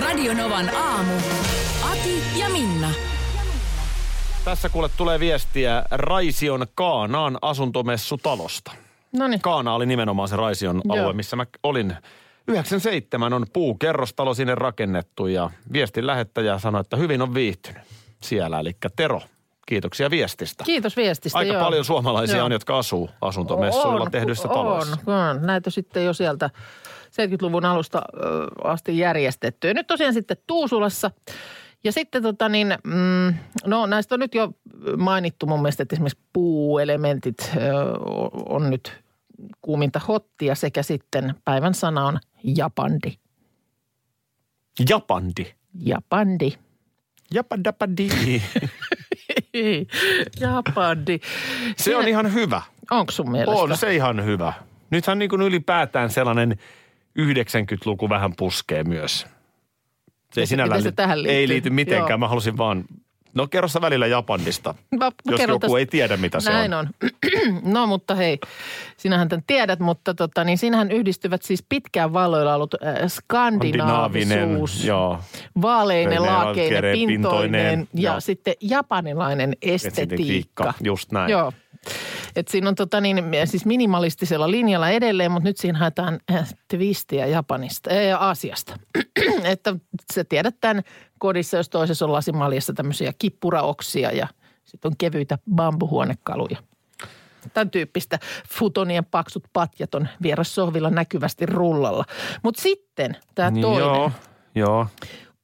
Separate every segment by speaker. Speaker 1: Radionovan aamu. Ati ja Minna.
Speaker 2: Tässä kuule tulee viestiä Raision Kaanaan asuntomessutalosta.
Speaker 3: Noniin.
Speaker 2: Kaana oli nimenomaan se Raision
Speaker 3: Joo.
Speaker 2: alue, missä mä olin. 97 on puukerrostalo sinne rakennettu ja viestin lähettäjä sanoi, että hyvin on viihtynyt siellä. Eli Tero, kiitoksia viestistä.
Speaker 3: Kiitos viestistä.
Speaker 2: Aika
Speaker 3: joo.
Speaker 2: paljon suomalaisia
Speaker 3: Joo.
Speaker 2: on, jotka asuu asuntomessuilla
Speaker 3: On,
Speaker 2: tehdyissä
Speaker 3: on,
Speaker 2: taloissa.
Speaker 3: On, näitä sitten jo sieltä 70-luvun alusta ö, asti järjestetty. Ja nyt tosiaan sitten Tuusulassa. Ja sitten tota niin, mm, no näistä on nyt jo mainittu mun mielestä, että esimerkiksi puuelementit ö, on nyt kuuminta hottia sekä sitten päivän sana on japandi.
Speaker 2: Japandi.
Speaker 3: Japandi.
Speaker 2: Japadapadi.
Speaker 3: japandi.
Speaker 2: se on
Speaker 3: Siinä-
Speaker 2: ihan hyvä.
Speaker 3: Onko sun mielestä?
Speaker 2: On se ihan hyvä. Nythän niin kuin ylipäätään sellainen 90-luku vähän puskee myös. Se ei
Speaker 3: Miten-
Speaker 2: sinällään
Speaker 3: miten se tähän liittyy?
Speaker 2: Ei liitty mitenkään.
Speaker 3: Joo.
Speaker 2: Joo. Mä halusin vaan, no kerro sä välillä Japanista,
Speaker 3: Mä- mä
Speaker 2: jos
Speaker 3: kerron
Speaker 2: joku
Speaker 3: tästä-
Speaker 2: ei tiedä mitä se
Speaker 3: Näin
Speaker 2: on.
Speaker 3: on. No mutta hei, sinähän tämän tiedät, mutta tota, niin sinähän yhdistyvät siis pitkään valloilla ollut äh,
Speaker 2: Skandinaavinen,
Speaker 3: skandinaavisuus,
Speaker 2: joo.
Speaker 3: vaaleinen,
Speaker 2: Veineen,
Speaker 3: laakeinen,
Speaker 2: alkereen,
Speaker 3: pintoinen
Speaker 2: pintoinen,
Speaker 3: ja
Speaker 2: joo.
Speaker 3: sitten japanilainen estetiikka.
Speaker 2: Estetiikka, just näin.
Speaker 3: Joo. Et siinä on tota niin, siis minimalistisella linjalla edelleen, mutta nyt siinä haetaan äh, twistiä Japanista, äh, Aasiasta. että sä tiedät tämän kodissa, jos toisessa on lasimaljassa tämmöisiä kippuraoksia ja sitten on kevyitä bambuhuonekaluja. Tämän tyyppistä futonien paksut patjat on vierassohvilla näkyvästi rullalla. Mutta sitten tämä
Speaker 2: Niin
Speaker 3: toinen.
Speaker 2: Joo, joo.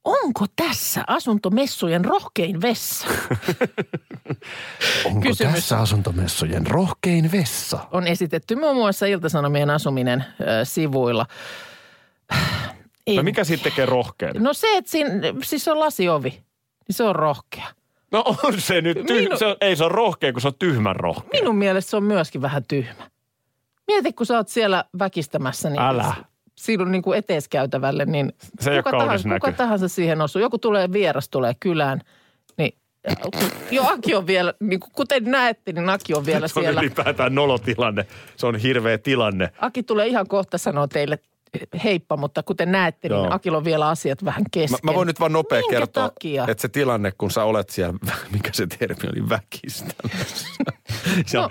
Speaker 3: Onko tässä asuntomessujen rohkein vessa?
Speaker 2: Onko
Speaker 3: Kysymys. tässä
Speaker 2: asuntomessujen rohkein vessa?
Speaker 3: on esitetty muun muassa Iltasanomien asuminen ö, sivuilla. Ei.
Speaker 2: No mikä siitä tekee rohkean?
Speaker 3: No se, että siinä, siis se on lasiovi, niin se on rohkea.
Speaker 2: No on se nyt, tyh-
Speaker 3: Minu-
Speaker 2: se on, ei se on rohkea, kun se on tyhmän rohkea.
Speaker 3: Minun mielestä se on myöskin vähän tyhmä. Mieti, kun sä oot siellä väkistämässä, niin
Speaker 2: Älä.
Speaker 3: sinun niin kuin eteiskäytävälle, niin
Speaker 2: Se ei ole
Speaker 3: kuka,
Speaker 2: kaunis
Speaker 3: tahansa, kuka
Speaker 2: näky.
Speaker 3: tahansa siihen osuu. Joku tulee vieras, tulee kylään, niin jo Aki on vielä, niin kuin kuten näette, niin Aki on vielä
Speaker 2: se on
Speaker 3: siellä.
Speaker 2: ylipäätään nolotilanne. Se on hirveä tilanne.
Speaker 3: Aki tulee ihan kohta sanoa teille heippa, mutta kuten näette, niin
Speaker 2: Joo.
Speaker 3: Akilla on vielä asiat vähän kesken.
Speaker 4: Mä, mä voin nyt vaan nopea
Speaker 3: Minkä
Speaker 4: kertoa,
Speaker 3: takia?
Speaker 4: että se tilanne, kun sä olet siellä, mikä se termi oli, väkistämässä.
Speaker 2: Ja
Speaker 3: No,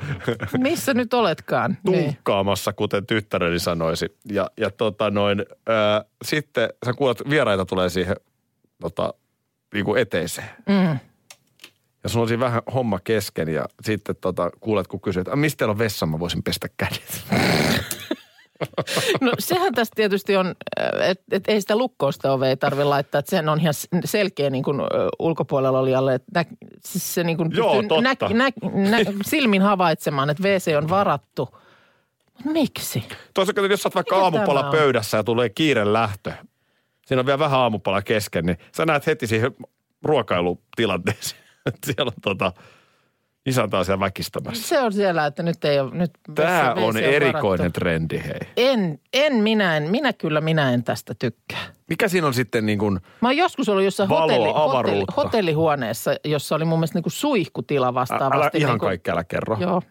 Speaker 3: missä nyt oletkaan? Niin.
Speaker 4: Tunkkaamassa, kuten tyttäreni sanoisi. Ja, ja tota noin, ö, sitten sä kuulet, vieraita tulee siihen tota, niinku eteiseen. Mm. Ja sulla on siinä vähän homma kesken ja sitten tota, kuulet, kun kysyt, että mistä teillä on vessa, mä voisin pestä kädet.
Speaker 3: No sehän tässä tietysti on, että et ei sitä lukkoista ovea ei tarvitse laittaa. Että sen on ihan s- selkeä niin kuin ö, ulkopuolella olijalle, että nä, siis se niin kuin
Speaker 2: Joo,
Speaker 3: pystyy
Speaker 2: totta.
Speaker 3: nä, nä, silmin havaitsemaan, että WC on varattu. Mut Miksi?
Speaker 4: Toisaalta jos sä oot vaikka
Speaker 3: Mikä
Speaker 4: aamupala
Speaker 3: tämä on?
Speaker 4: pöydässä ja tulee kiire lähtö, siinä on vielä vähän aamupala kesken, niin sä näet heti siihen ruokailutilanteeseen. että siellä on tota, isäntä on siellä väkistämässä.
Speaker 3: Se on siellä, että nyt ei ole, nyt
Speaker 4: Tämä
Speaker 3: WC
Speaker 4: on erikoinen trendi, hei.
Speaker 3: En, en minä, en, minä kyllä minä en tästä tykkää.
Speaker 4: Mikä siinä on sitten niin kuin,
Speaker 3: Mä oon joskus ollut jossain
Speaker 4: Valoa,
Speaker 3: hotelli, hotelli,
Speaker 4: avaruutta.
Speaker 3: hotellihuoneessa, jossa oli mun mielestä niin kuin suihkutila
Speaker 4: ä-
Speaker 3: vastaavasti.
Speaker 4: älä, ihan
Speaker 3: niin kuin,
Speaker 4: kaikki älä kerro.
Speaker 3: Joo.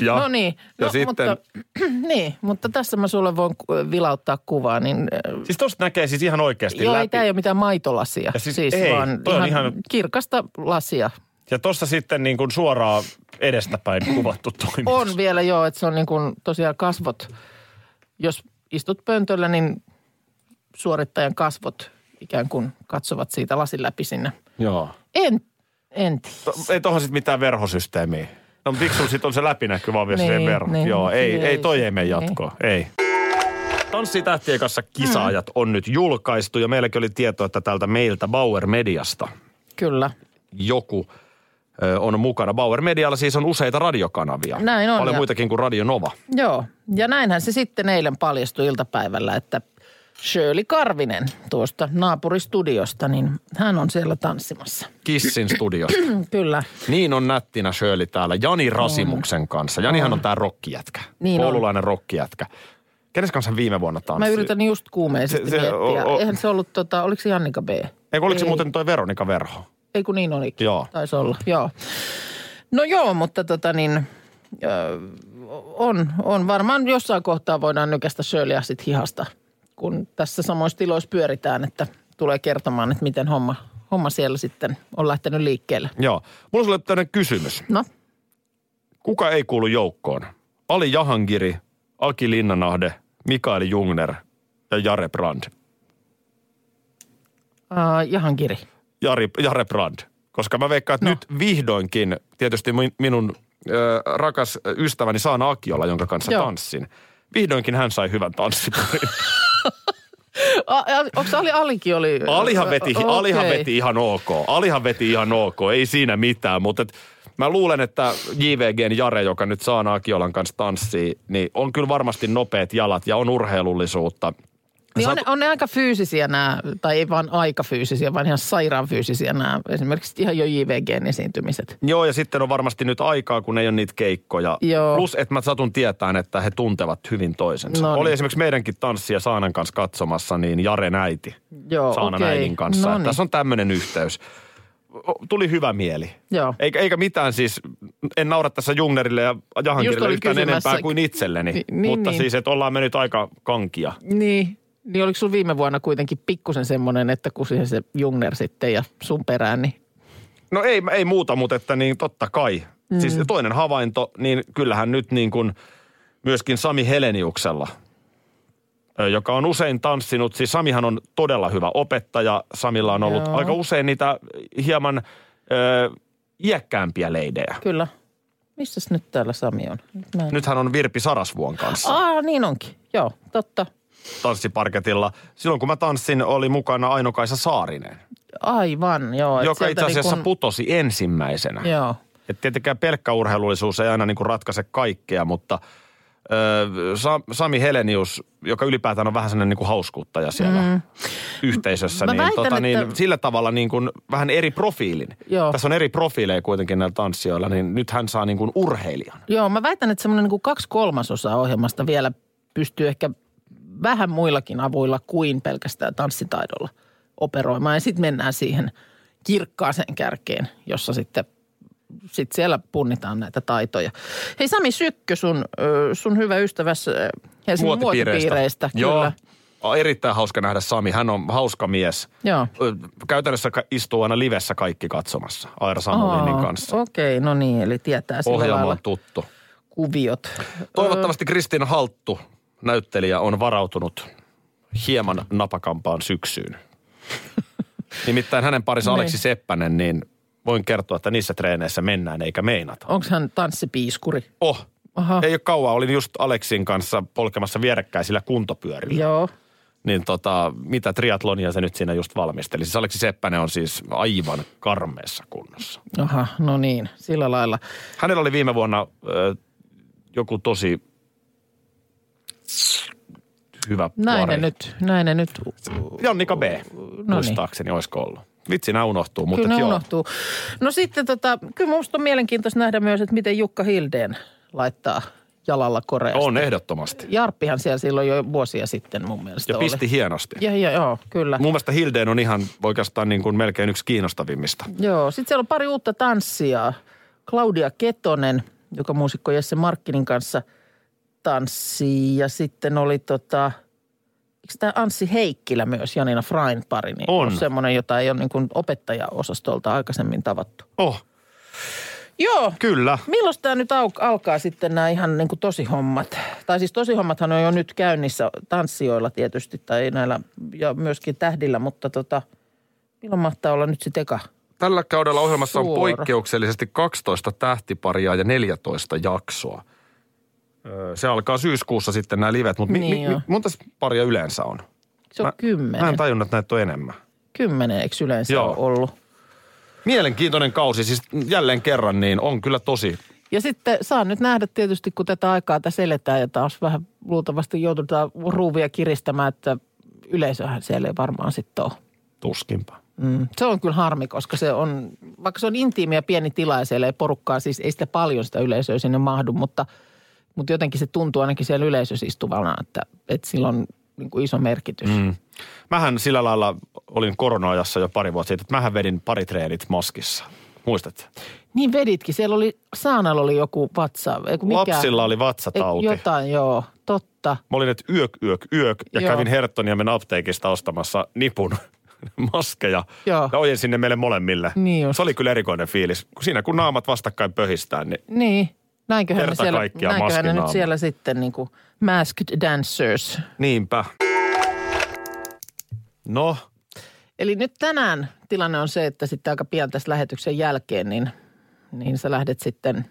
Speaker 4: Ja,
Speaker 3: no niin.
Speaker 4: ja
Speaker 3: no,
Speaker 4: sitten,
Speaker 3: mutta, niin, mutta tässä mä sulle voin ku- vilauttaa kuvaa, niin äh,
Speaker 2: Siis tosta näkee siis ihan oikeasti
Speaker 3: joo,
Speaker 2: läpi.
Speaker 3: ei tämä ei ole mitään maitolasia.
Speaker 2: Ja siis ei,
Speaker 3: vaan
Speaker 2: toi on ihan-
Speaker 3: kirkasta lasia.
Speaker 2: Ja tosta sitten niin kuin suoraan edestäpäin kuvattu toimitus.
Speaker 3: On vielä joo, että se on niin kuin tosiaan kasvot. Jos istut pöntöllä, niin suorittajan kasvot ikään kuin katsovat siitä lasin läpi sinne.
Speaker 2: Joo.
Speaker 3: En, en tiedä.
Speaker 2: To, No, ei tohon sit mitään verhosysteemiä. No mutta miksi sit on se läpinäkyvä on
Speaker 3: Niin,
Speaker 2: niin, verho?
Speaker 3: niin.
Speaker 2: Niin, Joo, ei,
Speaker 3: Ei,
Speaker 2: ei, toi
Speaker 3: se-
Speaker 2: ei mene jatkoon. Ei. Tanssitähtien kanssa kisaajat on nyt julkaistu ja meilläkin oli tietoa, että täältä meiltä Bauer Mediasta
Speaker 3: Kyllä.
Speaker 2: joku ö, on mukana. Bauer Medialla siis on useita radiokanavia.
Speaker 3: Näin on,
Speaker 2: Paljon
Speaker 3: ja-
Speaker 2: muitakin kuin Radio Nova.
Speaker 3: Joo, ja näinhän se sitten eilen paljastui iltapäivällä, että Shirley Karvinen tuosta naapuristudiosta, niin hän on siellä tanssimassa.
Speaker 2: Kissin studiosta.
Speaker 3: Kyllä.
Speaker 2: Niin on nättinä Shirley täällä Jani Rasimuksen kanssa. Janihan on tää rokkijätkä.
Speaker 3: Niin on.
Speaker 2: Koululainen rokkijätkä. Kenes kanssa hän viime vuonna
Speaker 3: Mä
Speaker 2: tanssi?
Speaker 3: yritän just kuumeisesti
Speaker 2: Se- se-
Speaker 3: miettiä.
Speaker 2: o- o-
Speaker 3: Eihän se ollut, tota, oliko se Jannika B?
Speaker 2: Eikö oliko se
Speaker 3: Ei.
Speaker 2: muuten toi Veronika Verho?
Speaker 3: Ei kun niin oli.
Speaker 2: Joo.
Speaker 3: Taisi olla, joo. No joo, mutta tota niin, ö, on, on varmaan jossain kohtaa voidaan nykästä Shirleyä sit hihasta, kun tässä samoissa tiloissa pyöritään, että tulee kertomaan, että miten homma, homma siellä sitten on lähtenyt liikkeelle.
Speaker 2: Joo. Mulla on sulle tämmöinen kysymys.
Speaker 3: No,
Speaker 2: Kuka ei kuulu joukkoon? Ali Jahangiri, Aki Linnanahde, Mikael Jungner ja Jare Brand.
Speaker 3: äh, Jahankiri.
Speaker 2: Jari, Jare Brand. Koska mä veikkaan, että
Speaker 3: No.
Speaker 2: nyt vihdoinkin tietysti min, minun ö, rakas ystäväni Saana Akiola, jonka kanssa
Speaker 3: Joo.
Speaker 2: Joo. tanssin. Vihdoinkin hän sai hyvän tanssiparin.
Speaker 3: Onko Ali Alikin oli?
Speaker 2: Äh, Alihan veti,
Speaker 3: Okei.
Speaker 2: Alihan veti ihan ok. Alihan veti ihan ok. Ei siinä mitään, mutta et, mä luulen, että JVGn Jare, joka nyt saa Akiolan kanssa tanssii, niin on kyllä varmasti nopeat jalat ja on urheilullisuutta.
Speaker 3: Niin on,
Speaker 2: Saat-
Speaker 3: ne, on ne aika fyysisiä nämä, tai ei vaan aika fyysisiä, vaan ihan sairaan fyysisiä nämä, esimerkiksi ihan jo JVGn esiintymiset.
Speaker 2: Joo, ja sitten on varmasti nyt aikaa, kun ei ole niitä keikkoja.
Speaker 3: Joo.
Speaker 2: Plus, että mä satun tietään, että he tuntevat hyvin toisensa.
Speaker 3: No niin.
Speaker 2: Oli esimerkiksi meidänkin tanssia Saanan kanssa katsomassa, niin Jaren äiti
Speaker 3: Joo,
Speaker 2: Saanan
Speaker 3: okei.
Speaker 2: äidin kanssa.
Speaker 3: No
Speaker 2: Että
Speaker 3: niin.
Speaker 2: Tässä on tämmöinen yhteys. O- Tuli hyvä mieli.
Speaker 3: Joo.
Speaker 2: Eikä, eikä mitään siis, en naura tässä Jungnerille ja Jahankirille
Speaker 3: olin
Speaker 2: yhtään
Speaker 3: kysymässä.
Speaker 2: enempää kuin itselleni.
Speaker 3: Ni- niin,
Speaker 2: Mutta
Speaker 3: niin.
Speaker 2: siis, että ollaan me nyt aika kankia.
Speaker 3: Niin, niin oliko sulla viime vuonna kuitenkin pikkusen semmoinen, että kun siihen se Jungner sitten ja sun perään, niin
Speaker 2: No ei, ei muuta, mutta että niin totta kai. Mm. Siis toinen havainto, niin kyllähän nyt niin kuin myöskin Sami Heleniuksella, ö, joka on usein tanssinut. Siis Samihan on todella hyvä opettaja. Samilla on ollut
Speaker 3: Joo.
Speaker 2: Joo. aika usein niitä hieman ö, iäkkäämpiä leidejä.
Speaker 3: kyllä. Missäs nyt täällä Sami on? Nyt mä en...
Speaker 2: Nythän on Virpi Sarasvuon kanssa.
Speaker 3: Aa, niin onkin. Joo, totta.
Speaker 2: tanssiparketilla. Silloin kun mä tanssin, oli mukana Aino-Kaisa Saarinen,
Speaker 3: Aivan, joo. et
Speaker 2: joka
Speaker 3: sieltä
Speaker 2: itse asiassa
Speaker 3: niin kun-
Speaker 2: putosi ensimmäisenä.
Speaker 3: Joo.
Speaker 2: Et tietenkään pelkkä urheilullisuus ei aina niin kuin ratkaise kaikkea, mutta ö, Sa- Sami Helenius, joka ylipäätään on vähän sellainen niin kuin hauskuuttaja siellä mm. yhteisössä,
Speaker 3: Mä
Speaker 2: niin,
Speaker 3: väitän,
Speaker 2: tota, niin
Speaker 3: että-
Speaker 2: sillä tavalla niin kuin vähän eri profiilin.
Speaker 3: Joo.
Speaker 2: Tässä on eri profiileja kuitenkin näillä tanssijoilla, niin nyt hän saa niin kuin urheilijan.
Speaker 3: Joo, mä väitän, että semmoinen niin kuin kaksi kolmasosaa ohjelmasta vielä pystyy ehkä vähän muillakin avuilla kuin pelkästään tanssitaidolla operoimaan. Ja sitten mennään siihen kirkkaaseen kärkeen, jossa sitten sit siellä punnitaan näitä taitoja. Hei Sami Sykkö, sun, ö, sun hyvä ystäväs ö, Helsingin Siis muotipiireistä.
Speaker 2: Joo.
Speaker 3: Kyllä.
Speaker 2: On Erittäin hauska nähdä Sami. Hän on hauska mies.
Speaker 3: Joo.
Speaker 2: Ö, Käytännössä ka- istuu aina livessä kaikki katsomassa Aira Samulinin
Speaker 3: Aa,
Speaker 2: kanssa.
Speaker 3: Okei, no niin, eli tietää sillä
Speaker 2: Ohjelma
Speaker 3: lailla
Speaker 2: on tuttu.
Speaker 3: kuviot.
Speaker 2: Toivottavasti Kristin Halttu, näyttelijä, on varautunut hieman napakampaan syksyyn. Nimittäin hänen parissa
Speaker 3: Niin.
Speaker 2: Aleksi Seppänen, niin voin kertoa, että niissä treeneissä mennään eikä meinata.
Speaker 3: Onko hän tanssipiiskuri?
Speaker 2: Oh,
Speaker 3: Oh. Aha.
Speaker 2: ei ole kauaa. Olin just Aleksin kanssa polkemassa vierekkäisillä kuntopyörillä.
Speaker 3: Joo.
Speaker 2: niin tota, mitä triatlonia se nyt siinä just valmisteli. Siis Aleksi Seppänen on siis aivan karmeessa kunnossa.
Speaker 3: Aha, no niin, sillä lailla.
Speaker 2: Hänellä oli viime vuonna ö, joku tosi hyvä
Speaker 3: Näin ne
Speaker 2: pari.
Speaker 3: nyt, näin ne nyt.
Speaker 2: Jannika B,
Speaker 3: niin.
Speaker 2: no muistaakseni, olisiko ollut. Vitsi, nämä unohtuu, mutta
Speaker 3: Kyllä ne
Speaker 2: et joo.
Speaker 3: unohtuu. No sitten tota, kyllä minusta on mielenkiintoista nähdä myös, että miten Jukka Hildeen laittaa jalalla koreasta.
Speaker 2: On ehdottomasti.
Speaker 3: Jarppihan siellä silloin jo vuosia sitten mun mielestä
Speaker 2: Ja
Speaker 3: oli.
Speaker 2: pisti hienosti.
Speaker 3: Ja, ja, joo, kyllä.
Speaker 2: Mun mielestä Hildeen on ihan oikeastaan niin kuin melkein yksi kiinnostavimmista.
Speaker 3: Joo, sitten siellä on pari uutta tanssia. Claudia Ketonen, joka muusikko Jesse Markkinin kanssa tanssii. Ja sitten oli tota, eikö tämä Anssi Heikkilä myös, Janina Frain pari? Niin
Speaker 2: On.
Speaker 3: semmoinen, jota ei ole niin kuin opettajaosastolta aikaisemmin tavattu.
Speaker 2: Oh,
Speaker 3: Joo.
Speaker 2: kyllä.
Speaker 3: Milloin tämä nyt au- alkaa sitten nämä ihan niin kuin tosihommat? Tai siis tosihommathan on jo nyt käynnissä tanssijoilla tietysti tai näillä ja myöskin tähdillä, mutta tota, milloin mahtaa olla nyt sitten eka?
Speaker 4: Tällä kaudella ohjelmassa on
Speaker 3: Suora.
Speaker 4: poikkeuksellisesti 12 tähtiparia ja 14 jaksoa.
Speaker 2: Ö, Se alkaa syyskuussa sitten nämä livet, mutta mi-
Speaker 3: Niin
Speaker 2: mi-
Speaker 3: joo.
Speaker 2: mi- monta paria yleensä on?
Speaker 3: Se on
Speaker 2: Mä-
Speaker 3: kymmenen.
Speaker 2: Mä en tajunnut, että näitä on enemmän.
Speaker 3: Kymmenen, eikö yleensä Joo.
Speaker 2: Joo.
Speaker 3: ole ollut?
Speaker 2: Mielenkiintoinen kausi, siis jälleen kerran niin on kyllä tosi.
Speaker 3: Ja sitten saa nyt nähdä tietysti, kun tätä aikaa tässä eletään ja taas vähän luultavasti joudutaan ruuvia kiristämään, että yleisöhän siellä ei varmaan sitten ole.
Speaker 2: Tuskinpa.
Speaker 3: Mm. Se on kyllä harmi, koska se on, vaikka se on intiimi ja pieni tila ja siellä ei porukkaa, siis ei sitä paljon sitä yleisöä sinne mahdu, mutta, mutta jotenkin se tuntuu ainakin siellä yleisössä istuvana, että, että sillä on niin kuin iso merkitys. Mm.
Speaker 2: Mähän sillä lailla olin korona-ajassa jo pari vuotta sitten, että mähän vedin pari treenit maskissa. Muistat?
Speaker 3: Niin veditkin, siellä oli, Saanalla oli joku vatsa, ei kun mikä?
Speaker 2: Lapsilla oli
Speaker 3: Ei,
Speaker 2: vatsatauti.
Speaker 3: Jotain, joo, totta.
Speaker 2: Mä olin, että yök, yök, yök. Ja
Speaker 3: Joo.
Speaker 2: Joo. kävin Herttoniemen apteekista ostamassa nipun maskeja.
Speaker 3: Joo.
Speaker 2: Ja ojensin ne meille molemmille.
Speaker 3: Niin just.
Speaker 2: Se oli kyllä erikoinen fiilis. kun Siinä kun naamat vastakkain pöhistään, niin
Speaker 3: Niin, näinköhän ne
Speaker 2: Kerta
Speaker 3: siellä,
Speaker 2: kaikkiaan
Speaker 3: näinköhän ne nyt
Speaker 2: maskinaama.
Speaker 3: siellä sitten niin kuin masked dancers.
Speaker 2: niinpä. No,
Speaker 3: Eli nyt tänään tilanne on se, että sitten aika pian tässä lähetyksen jälkeen, niin, niin sä lähdet sitten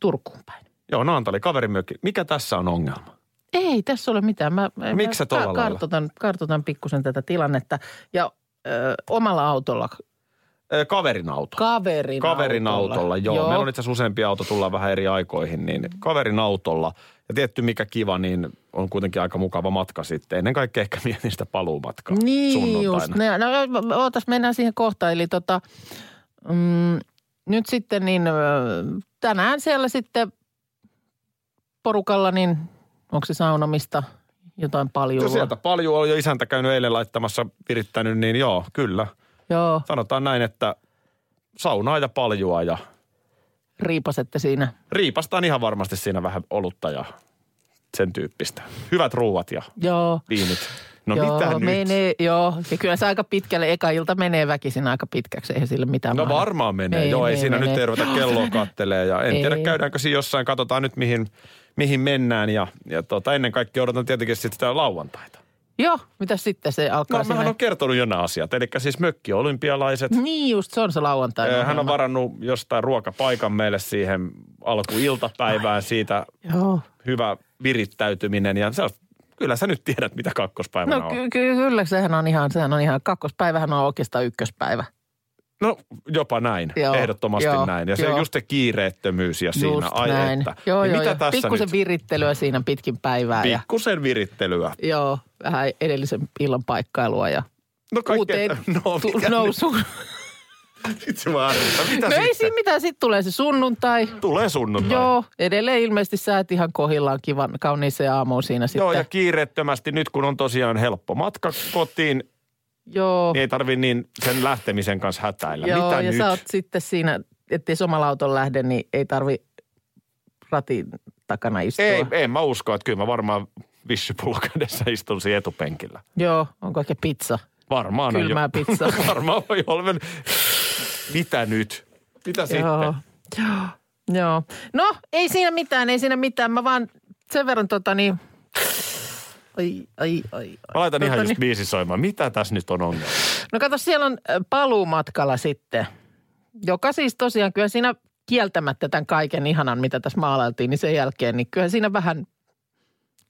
Speaker 3: Turkuun päin.
Speaker 2: joo, Naantali, kaverimökki. Mikä tässä on ongelma?
Speaker 3: Ei tässä ole mitään. Mä, mä-
Speaker 2: Miksi sä
Speaker 3: mä
Speaker 2: tolla
Speaker 3: ka-
Speaker 2: lailla?
Speaker 3: kartoitan, kartoitan pikkusen tätä tilannetta. Ja ö, omalla autolla,
Speaker 2: Ö, Kaverin auto.
Speaker 3: kaverin,
Speaker 2: Kaverin autolla, joo. joo. Meillä on itse asiassa useampi auto, tullaan vähän eri aikoihin, niin kaverin autolla. Ja tietty mikä kiva, niin on kuitenkin aika mukava matka sitten. Ennen kaikkea ehkä mietin sitä paluumatkaa
Speaker 3: Niin
Speaker 2: sunnuntaina.
Speaker 3: just. Ne, no, ootas, mennään siihen kohtaan. Eli tota, mm, nyt sitten niin ö, tänään siellä sitten porukalla niin, onko se saunomista jotain
Speaker 2: Joo,
Speaker 3: paljon?
Speaker 2: sieltä paljon on jo isäntä käynyt eilen laittamassa, virittänyt, niin joo, kyllä.
Speaker 3: Joo,
Speaker 2: Sanotaan näin, että saunaa ja paljua ja
Speaker 3: riipasette siinä.
Speaker 2: riipastaan ihan varmasti siinä vähän olutta ja sen tyyppistä. Hyvät ruuat ja
Speaker 3: Joo.
Speaker 2: viinit. No
Speaker 3: joo,
Speaker 2: mitä nyt?
Speaker 3: menee, Joo, ja kyllä se aika pitkälle, eka ilta menee väkisin aika pitkäksi, eihän sille mitään
Speaker 2: No
Speaker 3: mahda.
Speaker 2: varmaan menee.
Speaker 3: Ei,
Speaker 2: Joo, ei
Speaker 3: ei
Speaker 2: siinä
Speaker 3: mene.
Speaker 2: nyt ei ruveta kelloa kattelee ja en
Speaker 3: Ei.
Speaker 2: tiedä käydäänkö siinä jossain. Katsotaan nyt mihin, mihin mennään ja, ja tota, ennen kaikkea odotan tietenkin sitten sitä lauantaita.
Speaker 3: Joo, mitä sitten se alkaa
Speaker 2: No
Speaker 3: sinne?
Speaker 2: mähän on kertonut jo nämä asiat. Eli siis mökki olympialaiset.
Speaker 3: Niin just, se on se lauantai.
Speaker 2: Ö, Hän on varannut jostain ruokapaikan meille siihen alkuiltapäivään siitä
Speaker 3: Joo.
Speaker 2: hyvä virittäytyminen ja se on, kyllä sä nyt tiedät mitä kakkospäivänä
Speaker 3: No
Speaker 2: on.
Speaker 3: ky- ky- kyllä, sehän on ihan, sehän on ihan, kakkospäivähän on oikeastaan ykköspäivä.
Speaker 2: No jopa näin,
Speaker 3: Joo,
Speaker 2: joo, ehdottomasti
Speaker 3: joo,
Speaker 2: joo, näin. Ja se
Speaker 3: joo.
Speaker 2: on just se kiireettömyys ja
Speaker 3: just
Speaker 2: siinä ai
Speaker 3: näin.
Speaker 2: että.
Speaker 3: Joo,
Speaker 2: niin
Speaker 3: joo,
Speaker 2: mitä
Speaker 3: joo.
Speaker 2: tässä
Speaker 3: Pikkusen
Speaker 2: nyt?
Speaker 3: virittelyä siinä pitkin päivää ja
Speaker 2: Pikkusen virittelyä.
Speaker 3: joo, vähän edellisen illan paikkailua ja
Speaker 2: No kaikkea.
Speaker 3: uuteen
Speaker 2: No
Speaker 3: tu-
Speaker 2: mikä nyt?
Speaker 3: nousuun.
Speaker 2: Vitsi mä ärsytän. Mitä
Speaker 3: No ei
Speaker 2: sitten?
Speaker 3: siinä mitään, sitten tulee se sunnuntai.
Speaker 2: Tulee sunnuntai.
Speaker 3: Joo, edelleen ilmeisesti säät ihan kohillaan kivan, kauniiseen aamuun siinä sitten.
Speaker 2: Joo, ja kiireettömästi nyt kun on tosiaan helppo matka kotiin,
Speaker 3: Joo,
Speaker 2: niin ei tarvi niin sen lähtemisen kanssa hätäillä.
Speaker 3: joo
Speaker 2: Mitä
Speaker 3: ja
Speaker 2: nyt?
Speaker 3: sä oot siis sitten siinä, ettei jos omalla autolla lähde, niin ei tarvi ratin takana istua.
Speaker 2: Ei, en mä usko, että kyllä mä varmaan vissypullo kädessä istun siinä etupenkillä.
Speaker 3: Joo, on kaikkea pizza.
Speaker 2: Varmaan on
Speaker 3: Kylmää
Speaker 2: jo.
Speaker 3: pizzaa.
Speaker 2: Varmaan voi olla. Mitä nyt? Mitä
Speaker 3: Joo.
Speaker 2: sitten?
Speaker 3: Joo. Joo. No, ei siinä mitään, ei siinä mitään. Mä vaan sen verran tota niin... Ai, ai, ai, ai.
Speaker 2: Mä laitan ihan
Speaker 3: Tota
Speaker 2: just biisi soimaan. Mitä tässä nyt on ongelma?
Speaker 3: No kato, siellä on ö, paluumatkalla sitten, joka siis tosiaan kyllä siinä kieltämättä tämän kaiken ihanan, mitä tässä maalailtiin, niin sen jälkeen, niin kyllä siinä vähän,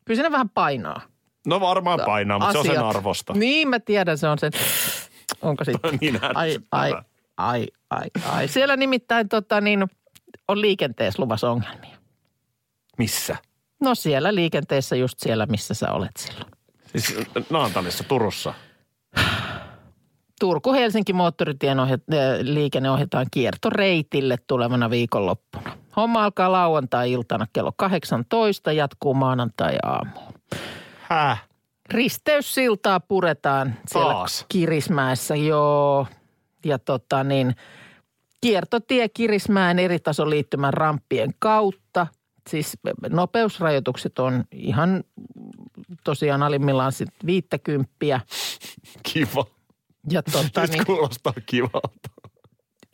Speaker 3: kyllä siinä vähän painaa.
Speaker 2: No varmaan painaa, mutta se on sen
Speaker 3: asiat.
Speaker 2: arvosta.
Speaker 3: Niin, mä tiedän, se on sen. Onko sitten?
Speaker 2: Niin
Speaker 3: Ai,
Speaker 2: ärsyttävää.
Speaker 3: ai, ai, ai, ai. Siellä nimittäin tota, niin, on liikenteessä luvassa ongelmia.
Speaker 2: Missä?
Speaker 3: No siellä liikenteessä just siellä, missä sä olet silloin.
Speaker 2: Siis Naantalissa, Turussa.
Speaker 3: Turku-Helsinki moottoritien ohja- ö, eh, liikenne ohjataan kiertoreitille tulevana viikonloppuna. Homma alkaa lauantai-iltana kello 18, jatkuu maanantai-aamuun.
Speaker 2: Häh?
Speaker 3: Risteyssiltaa puretaan siellä
Speaker 2: Taas?
Speaker 3: Kirismäessä, joo. Ja tota niin, kiertotie Kirismäen eri tasoliittymän ramppien kautta. Siis nopeusrajoitukset on ihan tosiaan alimmillaan sit 50.
Speaker 2: Kiva.
Speaker 3: Ja tota
Speaker 2: Nyt
Speaker 3: niin,
Speaker 2: kuulostaa kivalta.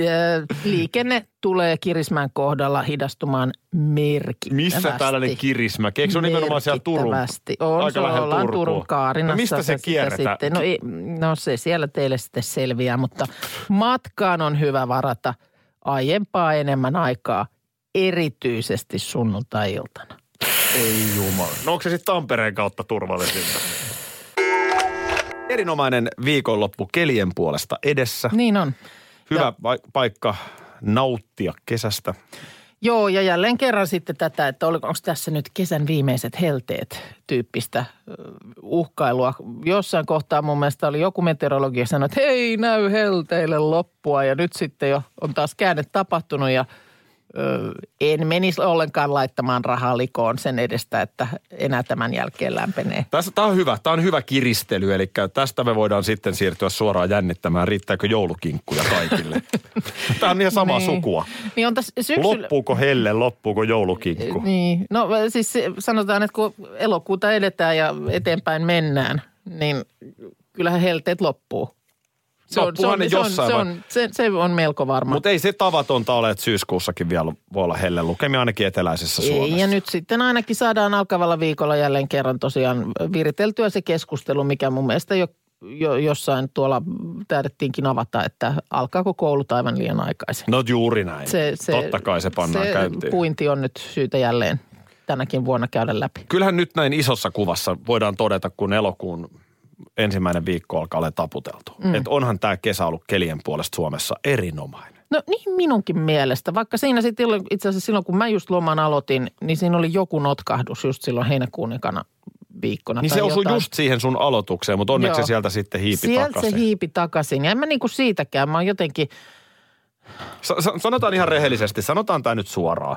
Speaker 3: ö, liikenne tulee Kirismäen kohdalla hidastumaan merkittävästi.
Speaker 2: Missä tällainen kirismä? Eikö se ole nimenomaan siellä Turun?
Speaker 3: Merkittävästi. On,
Speaker 2: aika
Speaker 3: se
Speaker 2: lähellä
Speaker 3: ollaan
Speaker 2: Turkua.
Speaker 3: Turun Kaarinassa.
Speaker 2: No mistä se
Speaker 3: sitä
Speaker 2: kierretään?
Speaker 3: Sitten. No, ei, no se siellä teille sitten selviää, mutta matkaan on hyvä varata aiempaa enemmän aikaa, erityisesti sunnuntai-iltana.
Speaker 2: Ei jumala. No onko se sitten Tampereen kautta turvallisinta? Erinomainen viikonloppu kelien
Speaker 3: Mm,
Speaker 2: puolesta edessä.
Speaker 3: Niin on.
Speaker 2: Hyvä vai- paikka nauttia kesästä.
Speaker 3: Joo, ja jälleen kerran sitten tätä, että onko tässä nyt kesän viimeiset helteet tyyppistä ö, uhkailua. Jossain kohtaa mun mielestä oli joku meteorologi ja sanoi, että hei, näy helteille loppua. Ja nyt sitten jo on taas käänne tapahtunut ja ö, en menisi ollenkaan laittamaan rahaa likoon sen edestä, että enää tämän jälkeen lämpenee.
Speaker 2: Tässä, tämä on hyvä, tämä on hyvä kiristely, eli tästä me voidaan sitten siirtyä suoraan jännittämään, riittääkö joulukinkkuja kaikille. tämä on ihan samaa
Speaker 3: Niin.
Speaker 2: sukua.
Speaker 3: Niin on tässä syksyllä...
Speaker 2: Loppuuko helle, loppuuko joulukinkku?
Speaker 3: Niin, no siis se- sanotaan, että kun elokuuta edetään ja eteenpäin mennään, niin kyllähän helteet loppuu.
Speaker 2: Loppuuhan ne
Speaker 3: se on,
Speaker 2: jossain
Speaker 3: se,
Speaker 2: vai-
Speaker 3: on, se, se on melko varma.
Speaker 2: Mutta ei se tavatonta ole, että syyskuussakin vielä voi olla helle lukemia ainakin eteläisessä Suomessa.
Speaker 3: ei, ja nyt sitten ainakin saadaan alkavalla viikolla jälleen kerran tosiaan viriteltyä se keskustelu, mikä mun mielestä jo, jo jossain tuolla täydettiinkin avata, että alkaako koulut aivan liian aikaisin.
Speaker 2: No juuri näin. Totta kai se pannaan
Speaker 3: se
Speaker 2: käyntiin.
Speaker 3: puinti on nyt syytä jälleen tänäkin vuonna käydä läpi.
Speaker 2: Kyllähän nyt näin isossa kuvassa voidaan todeta, kun elokuun ensimmäinen viikko alkaa olla taputeltu. Mm. Että onhan tämä kesä ollut kelien puolesta Suomessa erinomainen.
Speaker 3: No niin minunkin mielestä, vaikka siinä sitten oli- itse asiassa silloin, kun mä just loman aloitin, niin siinä oli joku notkahdus just silloin heinäkuun ekana viikkona.
Speaker 2: Niin
Speaker 3: tai
Speaker 2: se osui
Speaker 3: jotain.
Speaker 2: just siihen sun aloitukseen, mutta onneksi
Speaker 3: Joo.
Speaker 2: se sieltä sitten hiipi
Speaker 3: Sieltä
Speaker 2: takaisin.
Speaker 3: se hiipi takaisin. Ja en mä niinku siitäkään, mä oon jotenkin,
Speaker 2: Sa- sa- sanotaan ihan rehellisesti, sanotaan tämä nyt suoraan.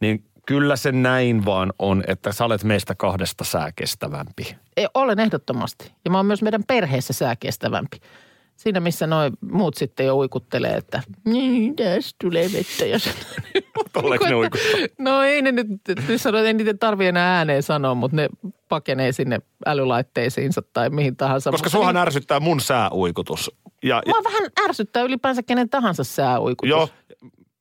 Speaker 2: Niin kyllä se näin vaan on, että sä olet meistä kahdesta sääkestävämpi.
Speaker 3: ei, e, olen ehdottomasti. Ja mä oon myös meidän perheessä sääkestävämpi. Siinä, missä noin muut sitten jo uikuttelee, että niin, tässä tulee vettä. Ja
Speaker 2: Olleko ne uikuttaa?
Speaker 3: No ei ne nyt, nyt sano, ei niitä tarvi enää ääneen sanoa, mutta ne pakenee sinne älylaitteisiinsa tai mihin tahansa.
Speaker 2: Koska
Speaker 3: Mutta
Speaker 2: suohan
Speaker 3: niin-
Speaker 2: ärsyttää mun sääuikutus. Ja, ja,
Speaker 3: Mua vähän ärsyttää ylipäänsä kenen tahansa sääuikutus.
Speaker 2: joo,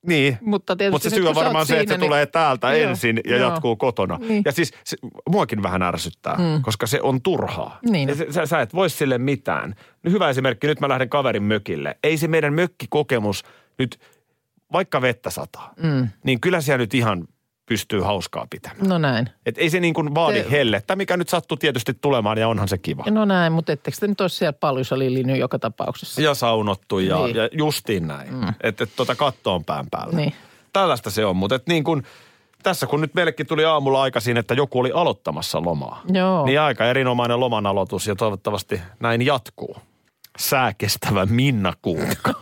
Speaker 2: niin.
Speaker 3: Mutta tietysti
Speaker 2: Mutta se
Speaker 3: nyt,
Speaker 2: syy
Speaker 3: kun
Speaker 2: on
Speaker 3: sä oot
Speaker 2: varmaan se, että
Speaker 3: siinä, niin-
Speaker 2: se tulee täältä
Speaker 3: Joo,
Speaker 2: ensin ja
Speaker 3: joo.
Speaker 2: jatkuu kotona.
Speaker 3: Niin. Mm.
Speaker 2: Ja siis se, muakin vähän ärsyttää, koska se on turhaa.
Speaker 3: Niin.
Speaker 2: Ja se- Sä, sä et voi sille mitään. No Hyvä esimerkki, nyt mä lähden kaverin mökille. Ei se meidän mökkikokemus nyt, vaikka vettä sataa, mm. niin kyllä siellä nyt ihan pystyy hauskaa pitämään.
Speaker 3: No näin.
Speaker 2: Et ei se niin kuin vaadi
Speaker 3: Se-
Speaker 2: se... hellettä, mikä nyt sattuu tietysti tulemaan ja onhan se kiva.
Speaker 3: No näin, mutta ettekö te nyt ole siellä paljon linjy joka tapauksessa?
Speaker 2: Ja saunottu ja,
Speaker 3: Niin.
Speaker 2: niin. ja justiin näin. Mm. Että et, tota kattoon pään päällä.
Speaker 3: Niin.
Speaker 2: Tällaista se on, mutta et niin kun, tässä kun nyt meillekin tuli aamulla aikaisin, että joku oli aloittamassa lomaa.
Speaker 3: Joo.
Speaker 2: Niin aika erinomainen loman aloitus ja toivottavasti näin jatkuu. Sääkestävä Minna Kuukka.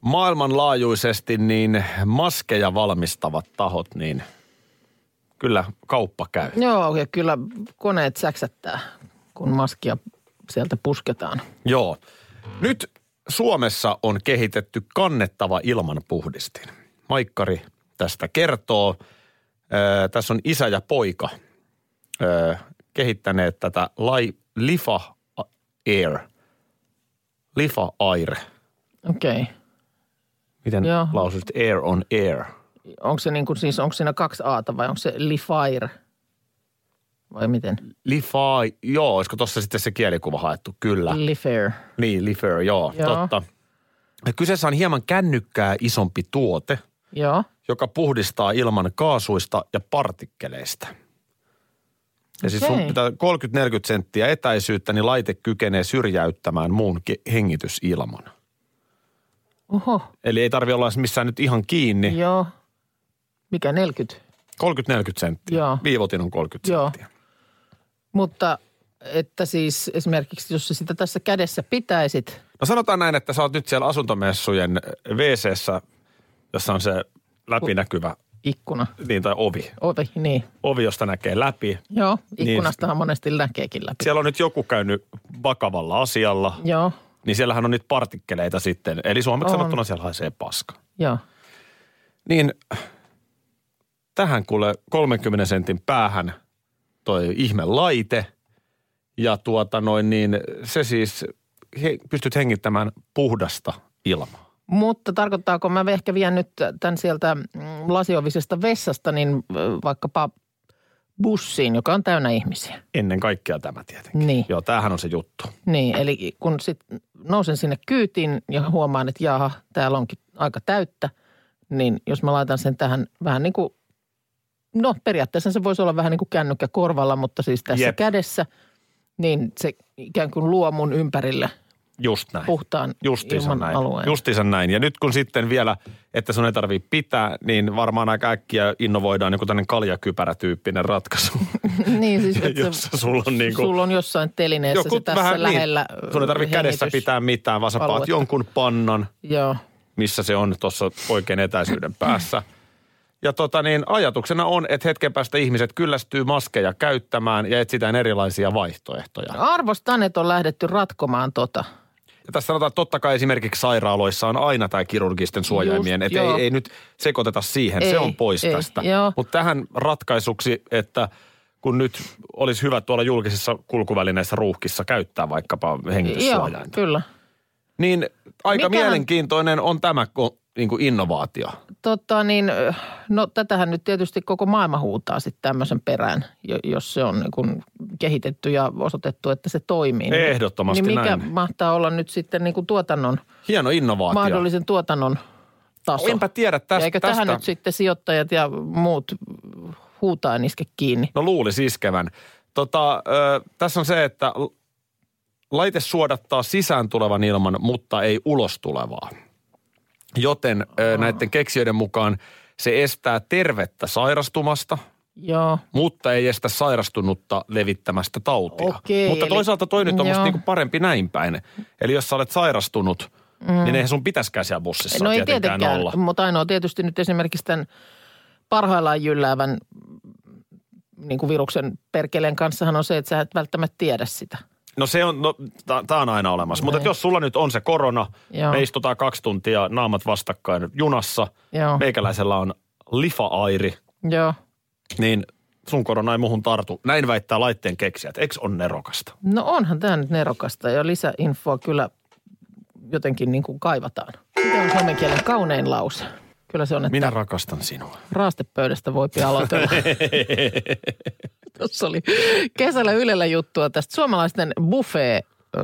Speaker 2: maailmanlaajuisesti niin maskeja valmistavat tahot, niin kyllä kauppa käy.
Speaker 3: Joo, ja kyllä koneet säksättää, kun maskia sieltä pusketaan.
Speaker 2: Joo. Nyt Suomessa on kehitetty kannettava ilmanpuhdistin. Maikkari tästä kertoo. Öö, tässä on isä ja poika öö, kehittäneet tätä lai, Lifa Air. Lifa Air.
Speaker 3: Okei. Okay.
Speaker 2: Miten
Speaker 3: Joo.
Speaker 2: lausuit? Air on air.
Speaker 3: Onko se niin kuin, siis onko siinä kaksi aata vai onko se lifair? Vai miten?
Speaker 2: Lifa, joo, olisiko tuossa sitten se kielikuva haettu? Kyllä.
Speaker 3: Lifair.
Speaker 2: Niin, Lifer, joo,
Speaker 3: Joo.
Speaker 2: joo. totta. Ja Kyseessä on hieman kännykkää isompi tuote,
Speaker 3: Joo.
Speaker 2: joka puhdistaa ilman kaasuista ja partikkeleista. Ja siis sun
Speaker 3: Okei.
Speaker 2: pitää 30-40 senttiä etäisyyttä, niin laite kykenee syrjäyttämään muun ke- hengitysilman.
Speaker 3: Oho.
Speaker 2: Eli ei tarvi olla edes missään nyt ihan kiinni.
Speaker 3: Joo. Mikä 40?
Speaker 2: 30-40 senttiä.
Speaker 3: Joo.
Speaker 2: Viivotin on 30
Speaker 3: Joo.
Speaker 2: senttiä.
Speaker 3: Mutta että siis esimerkiksi jos sä sitä tässä kädessä pitäisit,
Speaker 2: No sanotaan näin, että sä oot nyt siellä asuntomessujen wc jossa on se läpinäkyvä
Speaker 3: ikkuna,
Speaker 2: niin, tai ovi.
Speaker 3: ovi, niin.
Speaker 2: Ovi, josta näkee läpi.
Speaker 3: Joo, ikkunastahan monesti näkeekin läpi.
Speaker 2: Siellä on nyt joku käynyt vakavalla asialla,
Speaker 3: Joo,
Speaker 2: niin siellähän on niitä partikkeleita sitten. Eli suomeksi
Speaker 3: On.
Speaker 2: sanottuna siellä haisee paska.
Speaker 3: joo.
Speaker 2: Niin tähän kuule 30 sentin päähän toi ihme laite. Ja tuota noin niin, se siis he, pystyt hengittämään puhdasta ilmaa.
Speaker 3: Mutta tarkoittaako, mä ehkä vien nyt tämän sieltä mm, lasiovisesta vessasta, niin ö, vaikkapa bussiin, joka on täynnä ihmisiä.
Speaker 2: Ennen kaikkea tämä tietenkin.
Speaker 3: Niin.
Speaker 2: Joo, tämähän on se juttu.
Speaker 3: Niin, eli kun sit nousen sinne kyytiin ja huomaan, että jaha, täällä onkin aika täyttä, niin jos mä laitan sen tähän vähän niin kuin, no periaatteessa se voisi olla vähän niin kuin kännykkä korvalla, mutta siis tässä
Speaker 2: Jep.
Speaker 3: Jep. kädessä, niin se ikään kuin luo mun ympärille
Speaker 2: Just näin.
Speaker 3: puhtaan
Speaker 2: Justiinsa
Speaker 3: ilman
Speaker 2: näin.
Speaker 3: alueen.
Speaker 2: Justiinsa näin. Ja nyt kun sitten vielä, että sun ei tarvitse pitää, niin varmaan aika äkkiä innovoidaan joku tämmöinen kaljakypärätyyppinen ratkaisu,
Speaker 3: niin siis, että se,
Speaker 2: jossa sulla on niin kuin...
Speaker 3: sulla on jossain telineessä se tässä lähellä ö,
Speaker 2: niin. Sun ei tarvitse kädessä
Speaker 3: hengitys-
Speaker 2: pitää mitään, vaan sä paat
Speaker 3: aluetta.
Speaker 2: jonkun pannan,
Speaker 3: Joo,
Speaker 2: missä se on tuossa oikein etäisyyden päässä. Ja tota niin, ajatuksena on, että hetken päästä ihmiset kyllästyy maskeja käyttämään ja etsitään erilaisia vaihtoehtoja.
Speaker 3: No. arvostan, että on lähdetty ratkomaan tota.
Speaker 2: Ja tässä sanotaan, että totta kai esimerkiksi sairaaloissa on aina tämä kirurgisten suojaimien, että
Speaker 3: joo.
Speaker 2: ei, ei nyt sekoiteta siihen, se
Speaker 3: Ei,
Speaker 2: on pois
Speaker 3: ei,
Speaker 2: tästä.
Speaker 3: joo.
Speaker 2: Mutta tähän ratkaisuksi, että kun nyt olisi hyvä tuolla julkisissa kulkuvälineissä ruuhkissa käyttää vaikkapa
Speaker 3: Joo,
Speaker 2: hengityssuojainta,
Speaker 3: kyllä.
Speaker 2: niin aika
Speaker 3: Mikähän-
Speaker 2: mielenkiintoinen on tämä ko- niin kuin innovaatio.
Speaker 3: Tota niin, ö, no tätähän nyt tietysti koko maailma huutaa sitten tämmöisen perään, jo- jos se on niin kun kehitetty ja osoitettu, että se toimii. Niin-
Speaker 2: Ehdottomasti
Speaker 3: niin mikä
Speaker 2: näin.
Speaker 3: mahtaa olla nyt sitten niin kuin tuotannon,
Speaker 2: Hieno innovaatio.
Speaker 3: mahdollisen tuotannon taso?
Speaker 2: No Enpä tiedä
Speaker 3: Ja
Speaker 2: tästä.
Speaker 3: Eikö
Speaker 2: tästä.
Speaker 3: tähän nyt sitten sijoittajat ja muut huutaa niske kiinni?
Speaker 2: No luulisi iskevän. Tota, ö, tässä on se, että l- laite suodattaa sisään tulevan ilman, mutta ei ulos tulevaa. Joten ö, näiden keksijöiden mukaan se estää tervettä sairastumasta,
Speaker 3: Joo.
Speaker 2: mutta ei estä sairastunutta levittämästä tautia.
Speaker 3: Okei,
Speaker 2: mutta
Speaker 3: eli-
Speaker 2: toisaalta toi nyt on musta
Speaker 3: joo.
Speaker 2: niinku parempi näin päin. Eli jos sä olet sairastunut, mm. niin eihän sun pitäisikään siellä bussissa
Speaker 3: No ei
Speaker 2: tietenkään,
Speaker 3: tietenkään,
Speaker 2: olla.
Speaker 3: mutta ainoa tietysti nyt esimerkiksi tämän parhaillaan jylläävän niin kuin viruksen perkeleen kanssahan on se, että sä et välttämättä tiedä sitä.
Speaker 2: No se on, no, tämä on aina olemassa. Mutta
Speaker 3: Niin.
Speaker 2: jos sulla nyt on se korona, Joo.
Speaker 3: Joo.
Speaker 2: me istutaan kaksi tuntia naamat vastakkain junassa,
Speaker 3: Joo.
Speaker 2: meikäläisellä on lifa-airi,
Speaker 3: Joo.
Speaker 2: niin sun korona ei muhun tartu. Näin väittää laitteen keksijät. Eks on nerokasta?
Speaker 3: No onhan tämä nyt nerokasta ja lisäinfoa kyllä jotenkin niin kuin kaivataan. Mikä on suomen kielen kaunein lause? Kyllä se on, että
Speaker 2: Minä rakastan sinua.
Speaker 3: raastepöydästä voi aloitella. Tuossa oli kesällä Ylellä juttua tästä suomalaisten buffet, ö,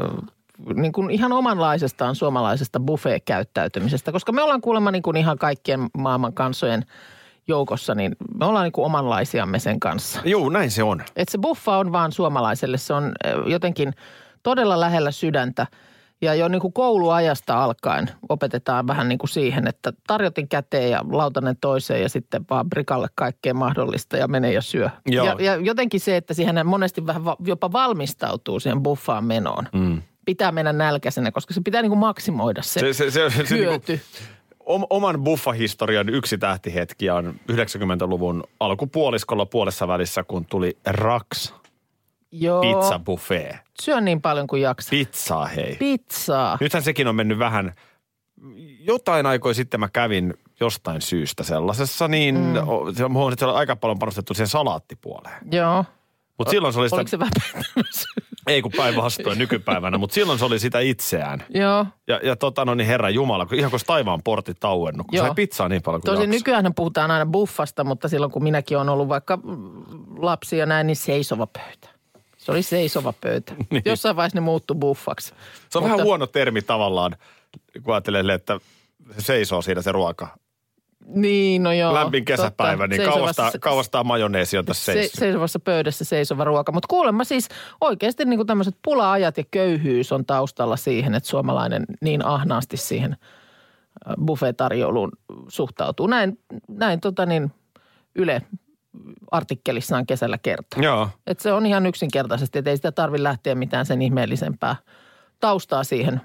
Speaker 3: niin kuin ihan omanlaisestaan suomalaisesta buffet-käyttäytymisestä, koska me ollaan kuulemma niin kuin ihan kaikkien maailman kansojen joukossa, niin me ollaan niin kuin omanlaisiamme sen kanssa.
Speaker 2: Joo, näin se on.
Speaker 3: Et se buffa on vaan suomalaiselle, se on ö, jotenkin todella lähellä sydäntä. Ja jo niin kuin kouluajasta alkaen opetetaan vähän niin kuin siihen, että tarjotin käteen ja lautanen toiseen ja sitten vaan brikalle kaikkea mahdollista ja menee ja syö.
Speaker 2: Joo.
Speaker 3: Ja, ja jotenkin se, että siihen monesti vähän va- jopa valmistautuu siihen buffaan menoon. Mm. Pitää mennä nälkäisenä, koska se pitää niin kuin maksimoida se,
Speaker 2: Se, se,
Speaker 3: se,
Speaker 2: se, se,
Speaker 3: se
Speaker 2: se niinku,
Speaker 3: hyöty.
Speaker 2: om, oman buffahistorian yksi tähtihetki on 90-luvun alkupuoliskolla puolessa välissä, kun tuli Rax
Speaker 3: Joo,
Speaker 2: Pizza Buffet.
Speaker 3: syö niin paljon kuin jaksaa.
Speaker 2: Pizzaa hei.
Speaker 3: Pizzaa.
Speaker 2: Nythän sekin on mennyt vähän, jotain aikoja sitten mä kävin jostain syystä sellaisessa, niin mm. se on huomannut, että siellä on aika paljon panostettu siihen salaattipuoleen.
Speaker 3: Joo.
Speaker 2: Mutta silloin se oli sitä,
Speaker 3: Oliko se vähän pettymys?
Speaker 2: ei kun päinvastoin nykypäivänä, mutta silloin se oli sitä itseään.
Speaker 3: Joo.
Speaker 2: Ja, ja tota no niin herra Jumala, kun- ihan kun taivaan portit auennut, kun
Speaker 3: Joo.
Speaker 2: sai pizzaa niin paljon kuin
Speaker 3: Tosin
Speaker 2: jakso.
Speaker 3: nykyään puhutaan aina buffasta, mutta silloin kun minäkin olen ollut vaikka mm, lapsi ja näin, niin seisova pöytä. Se oli seisova pöitä. niin. Jossain vaiheessa ne muuttui buffaksi.
Speaker 2: Se on
Speaker 3: Mutta-
Speaker 2: vähän huono termi tavallaan, kun ajattelee, että se seisoo siinä se ruoka.
Speaker 3: Niin, no joo.
Speaker 2: Lämmin kesäpäivä,
Speaker 3: totta.
Speaker 2: niin kauastaa, kauastaa majoneesi on tässä
Speaker 3: se,
Speaker 2: seissyt.
Speaker 3: seisovassa pöydässä seisova ruoka. Mutta kuulemma siis oikeasti niin tämmöiset pula-ajat ja köyhyys on taustalla siihen, että suomalainen niin ahnaasti siihen äh, ö, buffet-tarjouluun suhtautuu. Näin, näin tota niin, Yle artikkelissaan kesällä kertoo.
Speaker 2: Joo.
Speaker 3: Et se on ihan yksinkertaisesti, että ei sitä tarvitse lähteä mitään sen ihmeellisempää taustaa siihen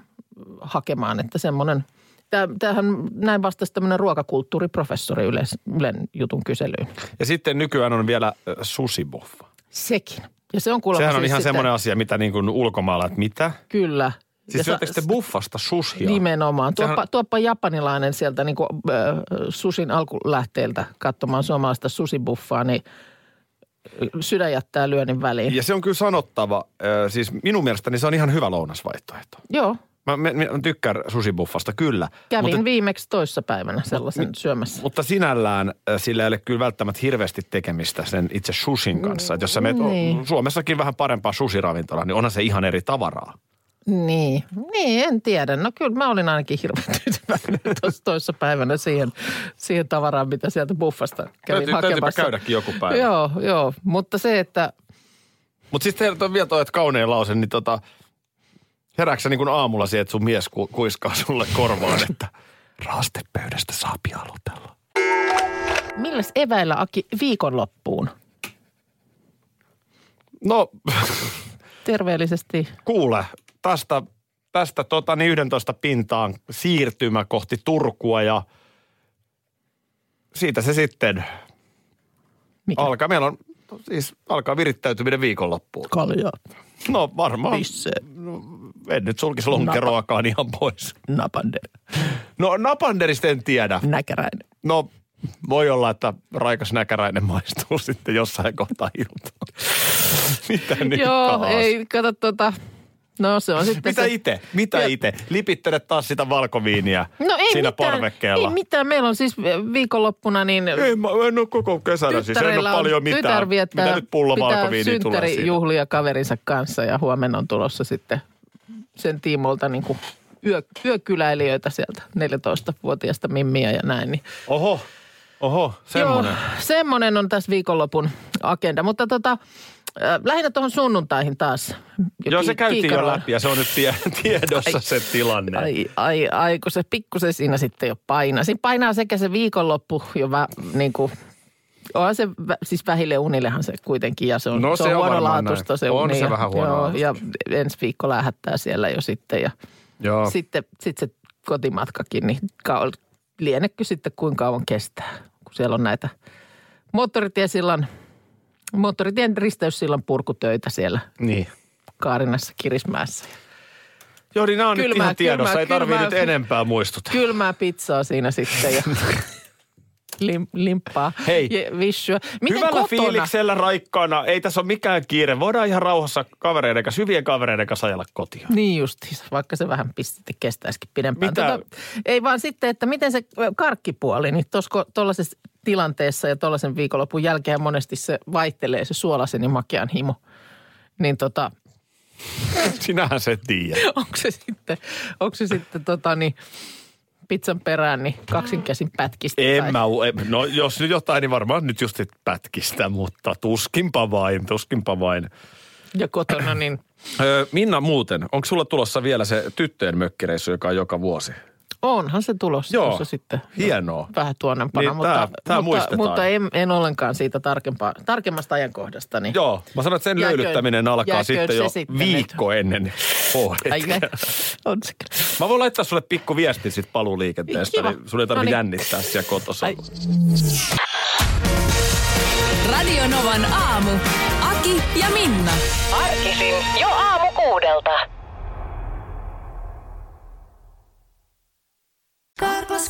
Speaker 3: hakemaan, että semmoinen Tämähän näin vastasi tämmöinen ruokakulttuuriprofessori yleis, Ylen jutun kyselyyn.
Speaker 2: Ja sitten nykyään on vielä äh, susiboffa.
Speaker 3: Sekin. Ja se on kuulemma
Speaker 2: Sehän on
Speaker 3: siis
Speaker 2: ihan
Speaker 3: sitä-
Speaker 2: semmoinen asia, mitä niin kuin ulkomailla, että mitä?
Speaker 3: Kyllä.
Speaker 2: Siis
Speaker 3: Ja
Speaker 2: syöttekö
Speaker 3: sa-
Speaker 2: te buffasta susia?
Speaker 3: Nimenomaan. Tuoppa,
Speaker 2: Sehän-
Speaker 3: tuoppa japanilainen sieltä niin kuin, äh, susin alkulähteeltä katsomaan suomalaista susibuffaa, niin sydän jättää lyönnin väliin.
Speaker 2: Ja se on kyllä sanottava, ö, siis minun mielestäni se on ihan hyvä lounasvaihtoehto.
Speaker 3: Joo,
Speaker 2: Mä, mä, mä tykkään susibuffasta, kyllä.
Speaker 3: kävin
Speaker 2: Mutta,
Speaker 3: viimeksi toissapäivänä sellaisen syömässä.
Speaker 2: mutta sinällään ö, sillä ei ole kyllä välttämättä hirveästi tekemistä sen itse susin kanssa. Että jos sä menet
Speaker 3: Niin.
Speaker 2: Suomessakin vähän parempaa susiravintolaan, niin onhan se ihan eri tavaraa.
Speaker 3: Niin, niin, en tiedä. No kyllä mä olin ainakin hirveän tyytyväinen tuossa toissapäivänä siihen, siihen tavaraan, mitä sieltä buffasta kävin
Speaker 4: Täytyy- täytyypä
Speaker 3: hakemassa.
Speaker 4: käydäkin joku päivä.
Speaker 3: Joo, joo. Mutta se, että
Speaker 2: Mutta sitten teillä on vielä toi, että kaunein lause, niin tota, herääksä niin kuin aamulla siihen, että sun mies ku, kuiskaa sulle korvaan, että raastepöydästä saa pialutella.
Speaker 3: milläs eväillä Aki viikonloppuun?
Speaker 2: No,
Speaker 3: Terveellisesti.
Speaker 2: kuule, tästä, tästä tota, niin 11 pintaan siirtymä kohti Turkua ja siitä se sitten
Speaker 3: Mikä?
Speaker 2: alkaa. Meillä on siis alkaa virittäytyminen viikonloppuun.
Speaker 3: Kaljaa.
Speaker 2: No varmaan.
Speaker 3: Pisse.
Speaker 2: En nyt sulkisi lonkeroakaan ihan pois.
Speaker 3: Napander.
Speaker 2: No napanderista en tiedä.
Speaker 3: Näkäräinen.
Speaker 2: No voi olla, että raikas näkäräinen maistuu sitten jossain kohtaa iltaan. Mitä nyt
Speaker 3: Joo,
Speaker 2: taas?
Speaker 3: ei, kato tota. No se on sitten
Speaker 2: Mitä
Speaker 3: se-
Speaker 2: itse? Mitä
Speaker 3: Joo.
Speaker 2: itse? Lipittele taas sitä valkoviiniä
Speaker 3: No ei
Speaker 2: siinä
Speaker 3: mitään,
Speaker 2: parvekkeella.
Speaker 3: Ei mitään. Meillä on siis viikonloppuna niin
Speaker 2: Ei, mä en ole koko kesänä, siis en ole
Speaker 3: Tyttärellä on-
Speaker 2: paljon mitään.
Speaker 3: Tytär viettää,
Speaker 2: Mitä nyt pullo
Speaker 3: pitää
Speaker 2: valkoviiniä tulee siinä?
Speaker 3: synttärijuhlia kaverinsa kanssa ja huomenna on tulossa sitten sen tiimolta niin kuin yö, yökyläilijöitä sieltä 14-vuotiaasta mimmiä ja näin. Niin.
Speaker 2: Oho, oho, semmoinen.
Speaker 3: Joo, semmoinen on tässä viikonlopun agenda. Mutta tota, äh, lähinnä tuohon sunnuntaihin taas.
Speaker 2: Joo, se
Speaker 3: Ki-
Speaker 2: käytiin jo
Speaker 3: kiikarilla.
Speaker 2: läpi ja se on nyt tie, tiedossa
Speaker 3: Ai.
Speaker 2: se tilanne.
Speaker 3: Ai, ai, ai, kun se pikkusen siinä sitten jo painaa. Siinä painaa sekä se viikonloppu jo vä, niin kuin, onhan se, vä, siis vähille unillehan se kuitenkin ja se on,
Speaker 4: No,
Speaker 3: se
Speaker 4: se
Speaker 3: on
Speaker 4: on varmaan
Speaker 3: huonolaatuista
Speaker 4: näin.
Speaker 3: se
Speaker 4: On
Speaker 3: uni.
Speaker 4: se
Speaker 3: ja-
Speaker 4: vähän huonolaatuista.
Speaker 3: Joo, ja ensi viikko lähettää siellä jo sitten ja
Speaker 4: Joo.
Speaker 3: sitten sit se kotimatkakin, niin kau, lienekö sitten kuinka kauan kestää, kun siellä on näitä moottoritiesillan, moottoritien risteyssillan purkutöitä siellä
Speaker 2: Niin.
Speaker 3: Kaarinassa Kirismäessä.
Speaker 2: Joo, niin nämä on nyt
Speaker 3: Kylmää,
Speaker 2: ihan tiedossa.
Speaker 3: kylmää,
Speaker 2: Ei tarvii
Speaker 3: kylmää.
Speaker 2: nyt enempää muistuttaa.
Speaker 3: kylmää pizzaa siinä sitten ja lim, limppaa
Speaker 2: Hei.
Speaker 3: ja vissyä. Miten
Speaker 2: Hyvällä
Speaker 3: kotona?
Speaker 2: fiiliksellä, raikkaana. Ei tässä ole mikään kiire. Voidaan ihan rauhassa kavereiden kanssa, hyvien kavereiden kanssa ajella kotiin.
Speaker 3: Niin justiinsa, vaikka se vähän pisti kestäisikin pidempään. Tota,
Speaker 2: Mitä-
Speaker 3: ei vaan sitten, että miten se karkkipuoli, niin tuollaisessa tilanteessa ja tuollaisen viikonlopun jälkeen monesti se vaihtelee se suolasen ja makean himo. Niin tota,
Speaker 2: Sinähän se tiedät.
Speaker 3: onko se sitten, onko se sitten tota niin, pizzan perään niin kaksinkäsin pätkistä?
Speaker 2: En
Speaker 3: tai-
Speaker 2: mä, u- en- no jos nyt jotain, niin varmaan nyt just sit pätkistä, mutta tuskinpa vain, tuskinpa vain.
Speaker 3: Ja kotona niin
Speaker 4: Öö, Minna muuten, onko sulla tulossa vielä se tyttöjen mökkireissu, joka on joka vuosi?
Speaker 3: onhan se tulossa
Speaker 4: Joo.
Speaker 3: tuossa sitten.
Speaker 4: Hienoa.
Speaker 3: vähän tuonnempana,
Speaker 4: Niin,
Speaker 3: mutta,
Speaker 4: tää- tää
Speaker 3: mutta,
Speaker 4: muistetaan.
Speaker 3: mutta en, en ollenkaan siitä tarkempaa, tarkemmasta ajankohdasta. Niin.
Speaker 4: Joo, mä sanoin, että sen
Speaker 3: Jääköön-
Speaker 4: löylyttäminen alkaa
Speaker 3: jääköön
Speaker 4: sitten
Speaker 3: se
Speaker 4: jo
Speaker 3: sitten
Speaker 4: viikko ennen
Speaker 3: Ai
Speaker 4: pohjaa.
Speaker 3: ne, on se kyllä.
Speaker 4: Mä voin laittaa sulle pikku viesti sit paluuliikenteestä,
Speaker 3: Kiva.
Speaker 4: niin sun ei tarvitse
Speaker 3: Noniin.
Speaker 4: jännittää siellä
Speaker 3: Ai.
Speaker 4: kotosalla.
Speaker 1: Radio Novan aamu. Aki ja Minna.
Speaker 5: Arkisin jo aamu kuudelta.
Speaker 6: Karklas